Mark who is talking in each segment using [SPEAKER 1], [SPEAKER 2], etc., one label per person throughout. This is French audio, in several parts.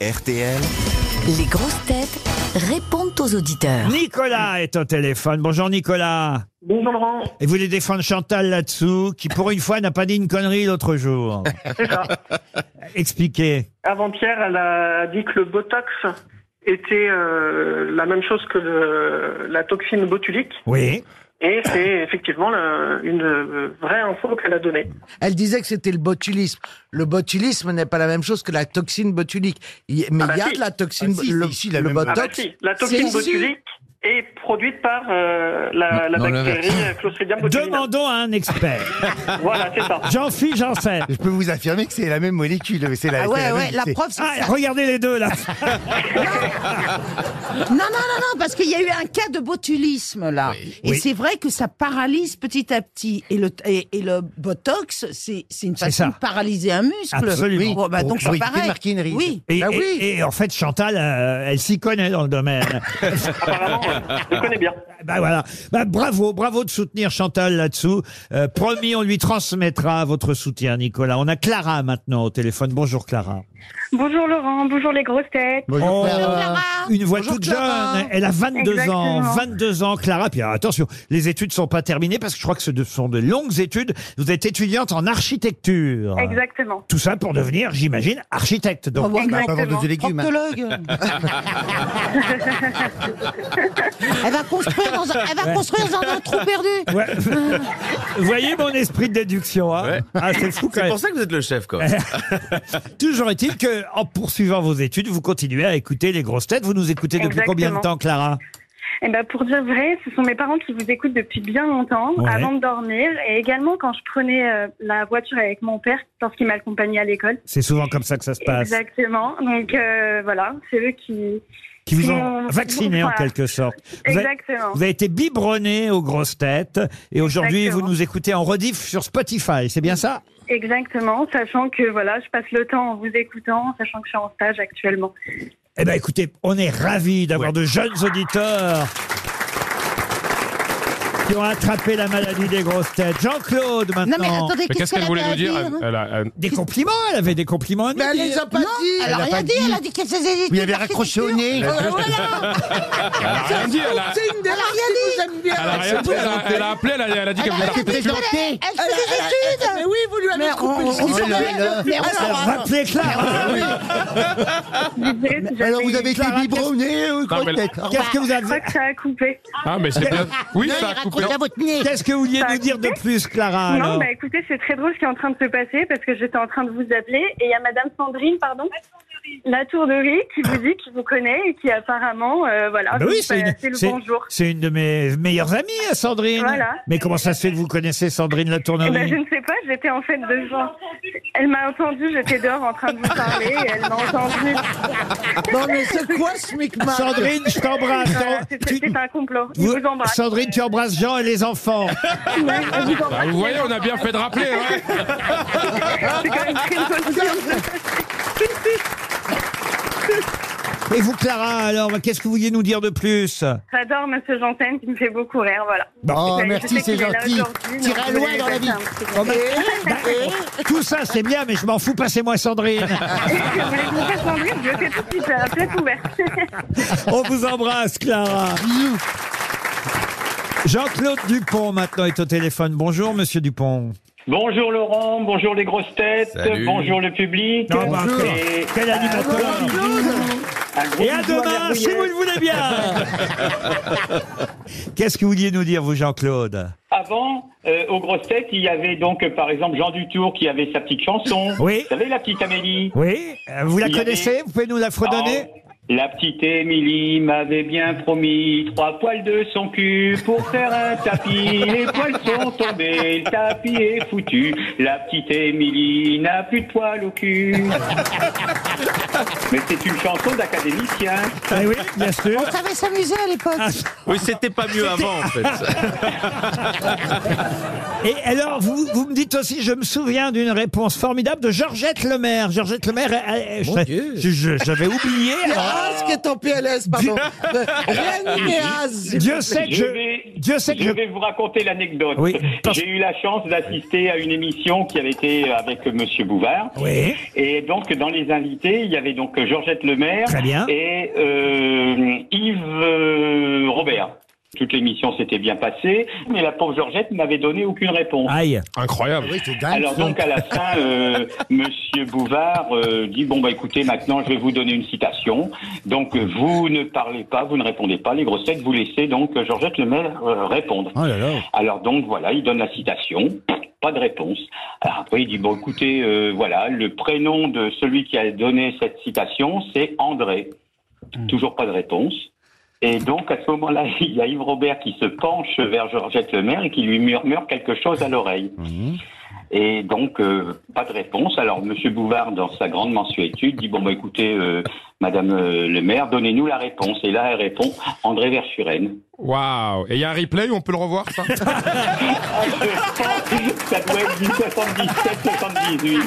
[SPEAKER 1] RTL.
[SPEAKER 2] Les grosses têtes répondent aux auditeurs.
[SPEAKER 3] Nicolas est au téléphone. Bonjour Nicolas.
[SPEAKER 4] Bonjour Laurent,
[SPEAKER 3] Et vous voulez défendre Chantal là-dessous, qui pour une fois n'a pas dit une connerie l'autre jour.
[SPEAKER 4] c'est ça.
[SPEAKER 3] Expliquez.
[SPEAKER 4] Avant-hier, elle a dit que le Botox était euh, la même chose que le- la toxine botulique.
[SPEAKER 3] Oui.
[SPEAKER 4] Et c'est effectivement le- une euh, vraie info qu'elle a donnée.
[SPEAKER 5] Elle disait que c'était le botulisme. Le botulisme n'est pas la même chose que la toxine botulique. Il- Mais
[SPEAKER 4] Ah bah
[SPEAKER 5] il y a
[SPEAKER 4] si.
[SPEAKER 5] de la toxine,
[SPEAKER 6] Ah si,
[SPEAKER 5] le,
[SPEAKER 6] si, si, la
[SPEAKER 5] le
[SPEAKER 6] même-
[SPEAKER 4] Ah
[SPEAKER 5] botox.
[SPEAKER 4] bah si, la toxine
[SPEAKER 5] C'est-
[SPEAKER 4] botulique est produite par euh, la, la
[SPEAKER 6] Non, non,
[SPEAKER 4] bactérie Clostridium botulinum.
[SPEAKER 3] Demandons à un expert.
[SPEAKER 4] Voilà, c'est ça.
[SPEAKER 3] Jean-Philippe Janssen.
[SPEAKER 6] Je peux vous affirmer que c'est la même molécule. C'est
[SPEAKER 5] Ah
[SPEAKER 6] la, c'est
[SPEAKER 5] ouais,
[SPEAKER 6] la
[SPEAKER 5] ouais,
[SPEAKER 6] même-
[SPEAKER 5] la
[SPEAKER 6] c'est-
[SPEAKER 5] prof, c'est
[SPEAKER 3] Ah,
[SPEAKER 5] ça.
[SPEAKER 3] regardez les deux là.
[SPEAKER 7] Non, non, non, non, parce qu'il y a eu un cas de botulisme, là. Et
[SPEAKER 3] Oui.
[SPEAKER 7] c'est vrai que ça paralyse petit à petit. Et le, et, et le botox, c'est c'est une façon
[SPEAKER 3] ça.
[SPEAKER 7] de paralyser un muscle.
[SPEAKER 3] Absolument.
[SPEAKER 7] Bon, bah, donc
[SPEAKER 6] Oui,
[SPEAKER 7] c'est
[SPEAKER 6] des
[SPEAKER 7] pareil.
[SPEAKER 6] marquineries.
[SPEAKER 7] Oui.
[SPEAKER 3] Et,
[SPEAKER 5] Ah oui.
[SPEAKER 3] et- et en fait, Chantal, euh, elle s'y connaît dans le domaine.
[SPEAKER 4] Apparemment, euh, je connais bien.
[SPEAKER 3] bah voilà. Bah, bravo, bravo de soutenir Chantal là-dessous. Euh, promis, on lui transmettra votre soutien, Nicolas. On a Clara maintenant au téléphone. Bonjour Clara.
[SPEAKER 8] Bonjour Laurent, bonjour les grosses têtes.
[SPEAKER 3] Oh,
[SPEAKER 7] Clara.
[SPEAKER 3] Une voix
[SPEAKER 5] Bonjour,
[SPEAKER 3] toute
[SPEAKER 5] Clara.
[SPEAKER 3] jeune. Elle a 22 ans.
[SPEAKER 8] Exactement.
[SPEAKER 3] 22 ans, Clara. Puis alors, attention, les études sont pas terminées parce que je crois que ce de- sont de longues études. Vous êtes étudiante en architecture.
[SPEAKER 8] Exactement.
[SPEAKER 3] Tout ça pour devenir, j'imagine, architecte.
[SPEAKER 5] On
[SPEAKER 8] Oh,
[SPEAKER 3] Donc,
[SPEAKER 5] va
[SPEAKER 6] Bah, pas
[SPEAKER 8] Exactement.
[SPEAKER 6] vendre de légumes. hein.
[SPEAKER 5] proctologue.
[SPEAKER 7] Elle va construire dans un, elle va construire dans un trou perdu.
[SPEAKER 3] Ouais. Vous voyez mon esprit de déduction, hein Ah, c'est fou quand
[SPEAKER 9] C'est
[SPEAKER 3] même.
[SPEAKER 9] pour ça que vous êtes le chef, quoi.
[SPEAKER 3] Toujours est-il que, en poursuivant vos études, vous continuez à écouter les grosses têtes. Vous nous écoutez depuis
[SPEAKER 8] Exactement.
[SPEAKER 3] combien de temps, Clara
[SPEAKER 8] Eh ben, pour dire vrai, ce sont mes parents qui vous écoutent depuis bien longtemps,
[SPEAKER 3] Ouais.
[SPEAKER 8] avant de dormir, et également quand je prenais euh, la voiture avec mon père lorsqu'il m'accompagnait à l'école.
[SPEAKER 3] C'est souvent comme ça que ça se passe.
[SPEAKER 8] Exactement. Donc euh, voilà, c'est eux qui.
[SPEAKER 3] Qui vous
[SPEAKER 8] qui
[SPEAKER 3] ont
[SPEAKER 8] ont-
[SPEAKER 3] vacciné en
[SPEAKER 8] Voilà.
[SPEAKER 3] quelque sorte. Vous avez-
[SPEAKER 8] Exactement.
[SPEAKER 3] Vous avez été biberonné aux grosses têtes et aujourd'hui vous
[SPEAKER 8] Exactement.
[SPEAKER 3] nous écoutez en rediff sur Spotify, c'est bien ça
[SPEAKER 8] Exactement, sachant que voilà, je passe le temps en vous écoutant, sachant que je suis en stage actuellement.
[SPEAKER 3] Eh ben écoutez, on est ravis d'avoir de jeunes auditeurs qui ont attrapé la maladie des grosses têtes. Jean-Claude
[SPEAKER 7] Non,
[SPEAKER 3] maintenant.
[SPEAKER 7] mais attendez,
[SPEAKER 10] Mais qu'est-ce qu'elle
[SPEAKER 7] avait
[SPEAKER 10] voulait
[SPEAKER 7] à
[SPEAKER 10] nous dire elle- elle a- elle-
[SPEAKER 3] Des compliments, elle avait des compliments. à nous
[SPEAKER 5] Mais elle
[SPEAKER 3] dire.
[SPEAKER 5] les a pas
[SPEAKER 7] Non,
[SPEAKER 5] dit.
[SPEAKER 7] elle a rien dit, elle a dit qu'elle s'est
[SPEAKER 6] Vous y avez raccroché au nez.
[SPEAKER 7] Euh,
[SPEAKER 10] Elle a rien dit, elle a-
[SPEAKER 5] C'est une des rares qui vous aime bien.
[SPEAKER 10] elle a rien dit, elle a- elle a appelé, elle a- elle a dit
[SPEAKER 7] Ah,
[SPEAKER 10] qu'elle voulait la
[SPEAKER 5] Elle
[SPEAKER 10] reconstruire.
[SPEAKER 5] présentée.
[SPEAKER 7] Elle fait des études.
[SPEAKER 5] Mais oui, vous lui avez
[SPEAKER 7] Mais
[SPEAKER 5] coupé
[SPEAKER 7] on-
[SPEAKER 5] le
[SPEAKER 7] on-
[SPEAKER 5] cil.
[SPEAKER 7] on-
[SPEAKER 5] Alors,
[SPEAKER 7] Mais on
[SPEAKER 3] Alors,
[SPEAKER 7] s'en va.
[SPEAKER 3] rappelez Clara. Ah.
[SPEAKER 8] Je dirais si
[SPEAKER 6] Alors
[SPEAKER 8] j'avais
[SPEAKER 6] vous
[SPEAKER 8] eu-
[SPEAKER 6] avez été
[SPEAKER 3] Clara,
[SPEAKER 6] biberonné aux
[SPEAKER 10] mais
[SPEAKER 6] grosses
[SPEAKER 10] là-
[SPEAKER 6] têtes. Au revoir.
[SPEAKER 3] Qu'est-ce que vous
[SPEAKER 8] Je
[SPEAKER 3] avez
[SPEAKER 8] crois que ça a coupé.
[SPEAKER 10] Ah, mais c'est bien. Oui, ça a coupé.
[SPEAKER 5] à votre nez.
[SPEAKER 3] Qu'est-ce que vous vouliez
[SPEAKER 8] Ça a
[SPEAKER 3] nous dire de plus Clara
[SPEAKER 8] non,
[SPEAKER 3] alors
[SPEAKER 8] bah écoutez, c'est très drôle ce qui est en train de se passer parce que j'étais en train de vous appeler et il y a Madame Sandrine, pardon, la tourderie qui vous dit, qui vous connaît et qui apparemment, euh, voilà,
[SPEAKER 3] Ah bah oui,
[SPEAKER 8] vous
[SPEAKER 3] c'est
[SPEAKER 8] fait
[SPEAKER 3] une,
[SPEAKER 8] passer le
[SPEAKER 3] c'est-
[SPEAKER 8] bonjour. Eh
[SPEAKER 3] c'est une de mes meilleures amies, Sandrine.
[SPEAKER 8] Voilà.
[SPEAKER 3] Mais comment ça se fait que vous connaissez Sandrine la
[SPEAKER 8] Eh
[SPEAKER 3] Tournerie
[SPEAKER 8] ben, je ne sais pas, j'étais en fait devant. Elle m'a entendu, j'étais dehors en train de vous parler, et elle m'a entendu.
[SPEAKER 5] Non, mais c'est quoi ce micmac
[SPEAKER 3] Sandrine, je t'embrasse.
[SPEAKER 8] Voilà,
[SPEAKER 3] T'en-
[SPEAKER 8] Euh, c'est-
[SPEAKER 3] tu-
[SPEAKER 8] C'est un complot. Je
[SPEAKER 3] vous-
[SPEAKER 8] vous embrasse.
[SPEAKER 3] Sandrine, tu embrasses Jean et les enfants.
[SPEAKER 8] Je vous
[SPEAKER 10] Ah,
[SPEAKER 8] embrasse.
[SPEAKER 10] vous voyez, on a bien fait de rappeler. hein. ouais.
[SPEAKER 8] C'est quand même très drôle.
[SPEAKER 3] Et vous, Clara, alors, qu'est-ce que vous vouliez nous dire de plus
[SPEAKER 8] J'adore Monsieur Janssen qui me fait beaucoup rire, voilà.
[SPEAKER 6] Oh,
[SPEAKER 8] Je sais
[SPEAKER 6] merci, c'est
[SPEAKER 8] qu'il est là
[SPEAKER 6] gentil.
[SPEAKER 8] aujourd'hui, donc
[SPEAKER 6] Tirez
[SPEAKER 8] je
[SPEAKER 6] loin
[SPEAKER 8] voulais
[SPEAKER 6] dans la
[SPEAKER 8] passer
[SPEAKER 6] vie.
[SPEAKER 8] un petit
[SPEAKER 3] Oh, bah, bah, Tout ça, c'est bien, mais je m'en fous, passez-moi Sandrine.
[SPEAKER 8] Je voulais vous faire changer, je le fais tout de suite euh, à tête ouverte.
[SPEAKER 3] On vous embrasse, Clara. Jean-Claude Dupont, maintenant, est au téléphone. Bonjour, monsieur Dupont.
[SPEAKER 4] Bonjour Laurent, bonjour les grosses têtes,
[SPEAKER 9] Salut. bonjour
[SPEAKER 4] le public.
[SPEAKER 3] Non, bah, quel- quel animateur Et à demain, si vous le voulez bien. Qu'est-ce que vous vouliez nous dire, vous, Jean-Claude
[SPEAKER 4] Avant, euh, aux grosses têtes, il y avait donc euh, par exemple Jean Dutour qui avait sa petite chanson.
[SPEAKER 3] Oui.
[SPEAKER 4] Vous savez la petite Amélie
[SPEAKER 3] Oui, euh, vous la
[SPEAKER 4] Il y avait-
[SPEAKER 3] connaissez Vous pouvez nous la fredonner
[SPEAKER 4] Oh, La petite Émilie m'avait bien promis trois poils de son cul pour faire un tapis. Les poils sont tombés, le tapis est foutu. La petite Émilie n'a plus de poils au cul. Mais c'est une chanson d'académicien.
[SPEAKER 3] Ah oui, bien sûr.
[SPEAKER 7] On savait s'amuser à l'époque.
[SPEAKER 3] Ah,
[SPEAKER 9] Oui, c'était pas mieux avant, en fait.
[SPEAKER 3] Et alors, vous, vous me dites aussi, je me souviens d'une réponse formidable de Georgette Lemaire. Georgette Lemaire, elle- elle- je-
[SPEAKER 5] Dieu.
[SPEAKER 3] je- je- j'avais oublié.
[SPEAKER 7] Ah,
[SPEAKER 4] Ah,
[SPEAKER 3] Ah,
[SPEAKER 5] As qui est en PLS, pardon. Reine et As. s'il
[SPEAKER 3] Dieu
[SPEAKER 5] vous
[SPEAKER 3] sait que
[SPEAKER 4] Je
[SPEAKER 3] je...
[SPEAKER 4] vais,
[SPEAKER 3] Dieu sait que
[SPEAKER 4] je
[SPEAKER 3] je-
[SPEAKER 4] vais vous raconter l'anecdote.
[SPEAKER 3] Oui, parce-
[SPEAKER 4] J'ai eu la chance d'assister à une émission qui avait été avec Monsieur Bouvard.
[SPEAKER 3] Oui.
[SPEAKER 4] Et donc, dans les invités, il y avait donc Georgette Lemaire
[SPEAKER 3] Très bien.
[SPEAKER 4] et euh, Yves euh, Robert. Toute l'émission s'était bien passée, mais la pauvre Georgette n'avait donné aucune réponse.
[SPEAKER 3] Aïe.
[SPEAKER 10] Incroyable.
[SPEAKER 6] Oui, c'est dingue.
[SPEAKER 4] Alors donc à la fin, euh, Monsieur Bouvard euh, dit bon bah écoutez maintenant je vais vous donner une citation. Donc euh, vous ne parlez pas, vous ne répondez pas, les grossettes vous laissez donc euh, Georgette Lemaire euh, répondre.
[SPEAKER 3] Oh là là.
[SPEAKER 4] Alors donc voilà, il donne la citation, pas de réponse. Alors après il dit bon écoutez euh, voilà le prénom de celui qui a donné cette citation c'est André. Toujours pas de réponse. Et donc à ce moment-là il y a Yves Robert qui se penche vers Georgette Lemaire et qui lui murmure quelque chose à l'oreille. Et donc, euh, pas de réponse. Alors, Monsieur Bouvard, dans sa grande mensuétude, dit bon bah écoutez, euh, Madame euh, le maire, donnez-nous la réponse. Et là, elle répond André Verschuren.
[SPEAKER 10] Waouh. Et il y a un replay, on peut le revoir, ça
[SPEAKER 4] Ça doit être du 77-78.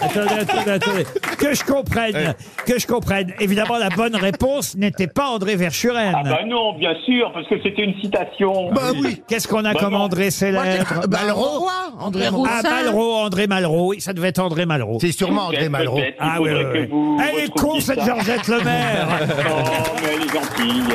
[SPEAKER 3] Attendez, attendez, attendez. Que je comprenne, que je comprenne. Évidemment, la bonne réponse n'était pas André Verschuren.
[SPEAKER 4] Ah bah non, bien sûr, parce que c'était une citation.
[SPEAKER 6] Bah oui.
[SPEAKER 3] Qu'est-ce qu'on a
[SPEAKER 4] Bah
[SPEAKER 3] comme
[SPEAKER 4] non.
[SPEAKER 3] André célèbre
[SPEAKER 5] Bah, Malraux, André Roussin.
[SPEAKER 3] Ah,
[SPEAKER 7] bah,
[SPEAKER 3] Malraux, André Malraux. Oui, ça devait être André Malraux.
[SPEAKER 6] C'est sûrement André
[SPEAKER 4] Peut-être,
[SPEAKER 6] Malraux.
[SPEAKER 4] peut-être, il
[SPEAKER 3] Ah oui,
[SPEAKER 4] faudrait
[SPEAKER 3] oui,
[SPEAKER 4] que
[SPEAKER 3] oui.
[SPEAKER 4] vous
[SPEAKER 3] Elle est con,
[SPEAKER 4] retrouviez
[SPEAKER 3] cette
[SPEAKER 4] ça.
[SPEAKER 3] Georgette Lemaire.
[SPEAKER 4] Oh, mais elle est gentille.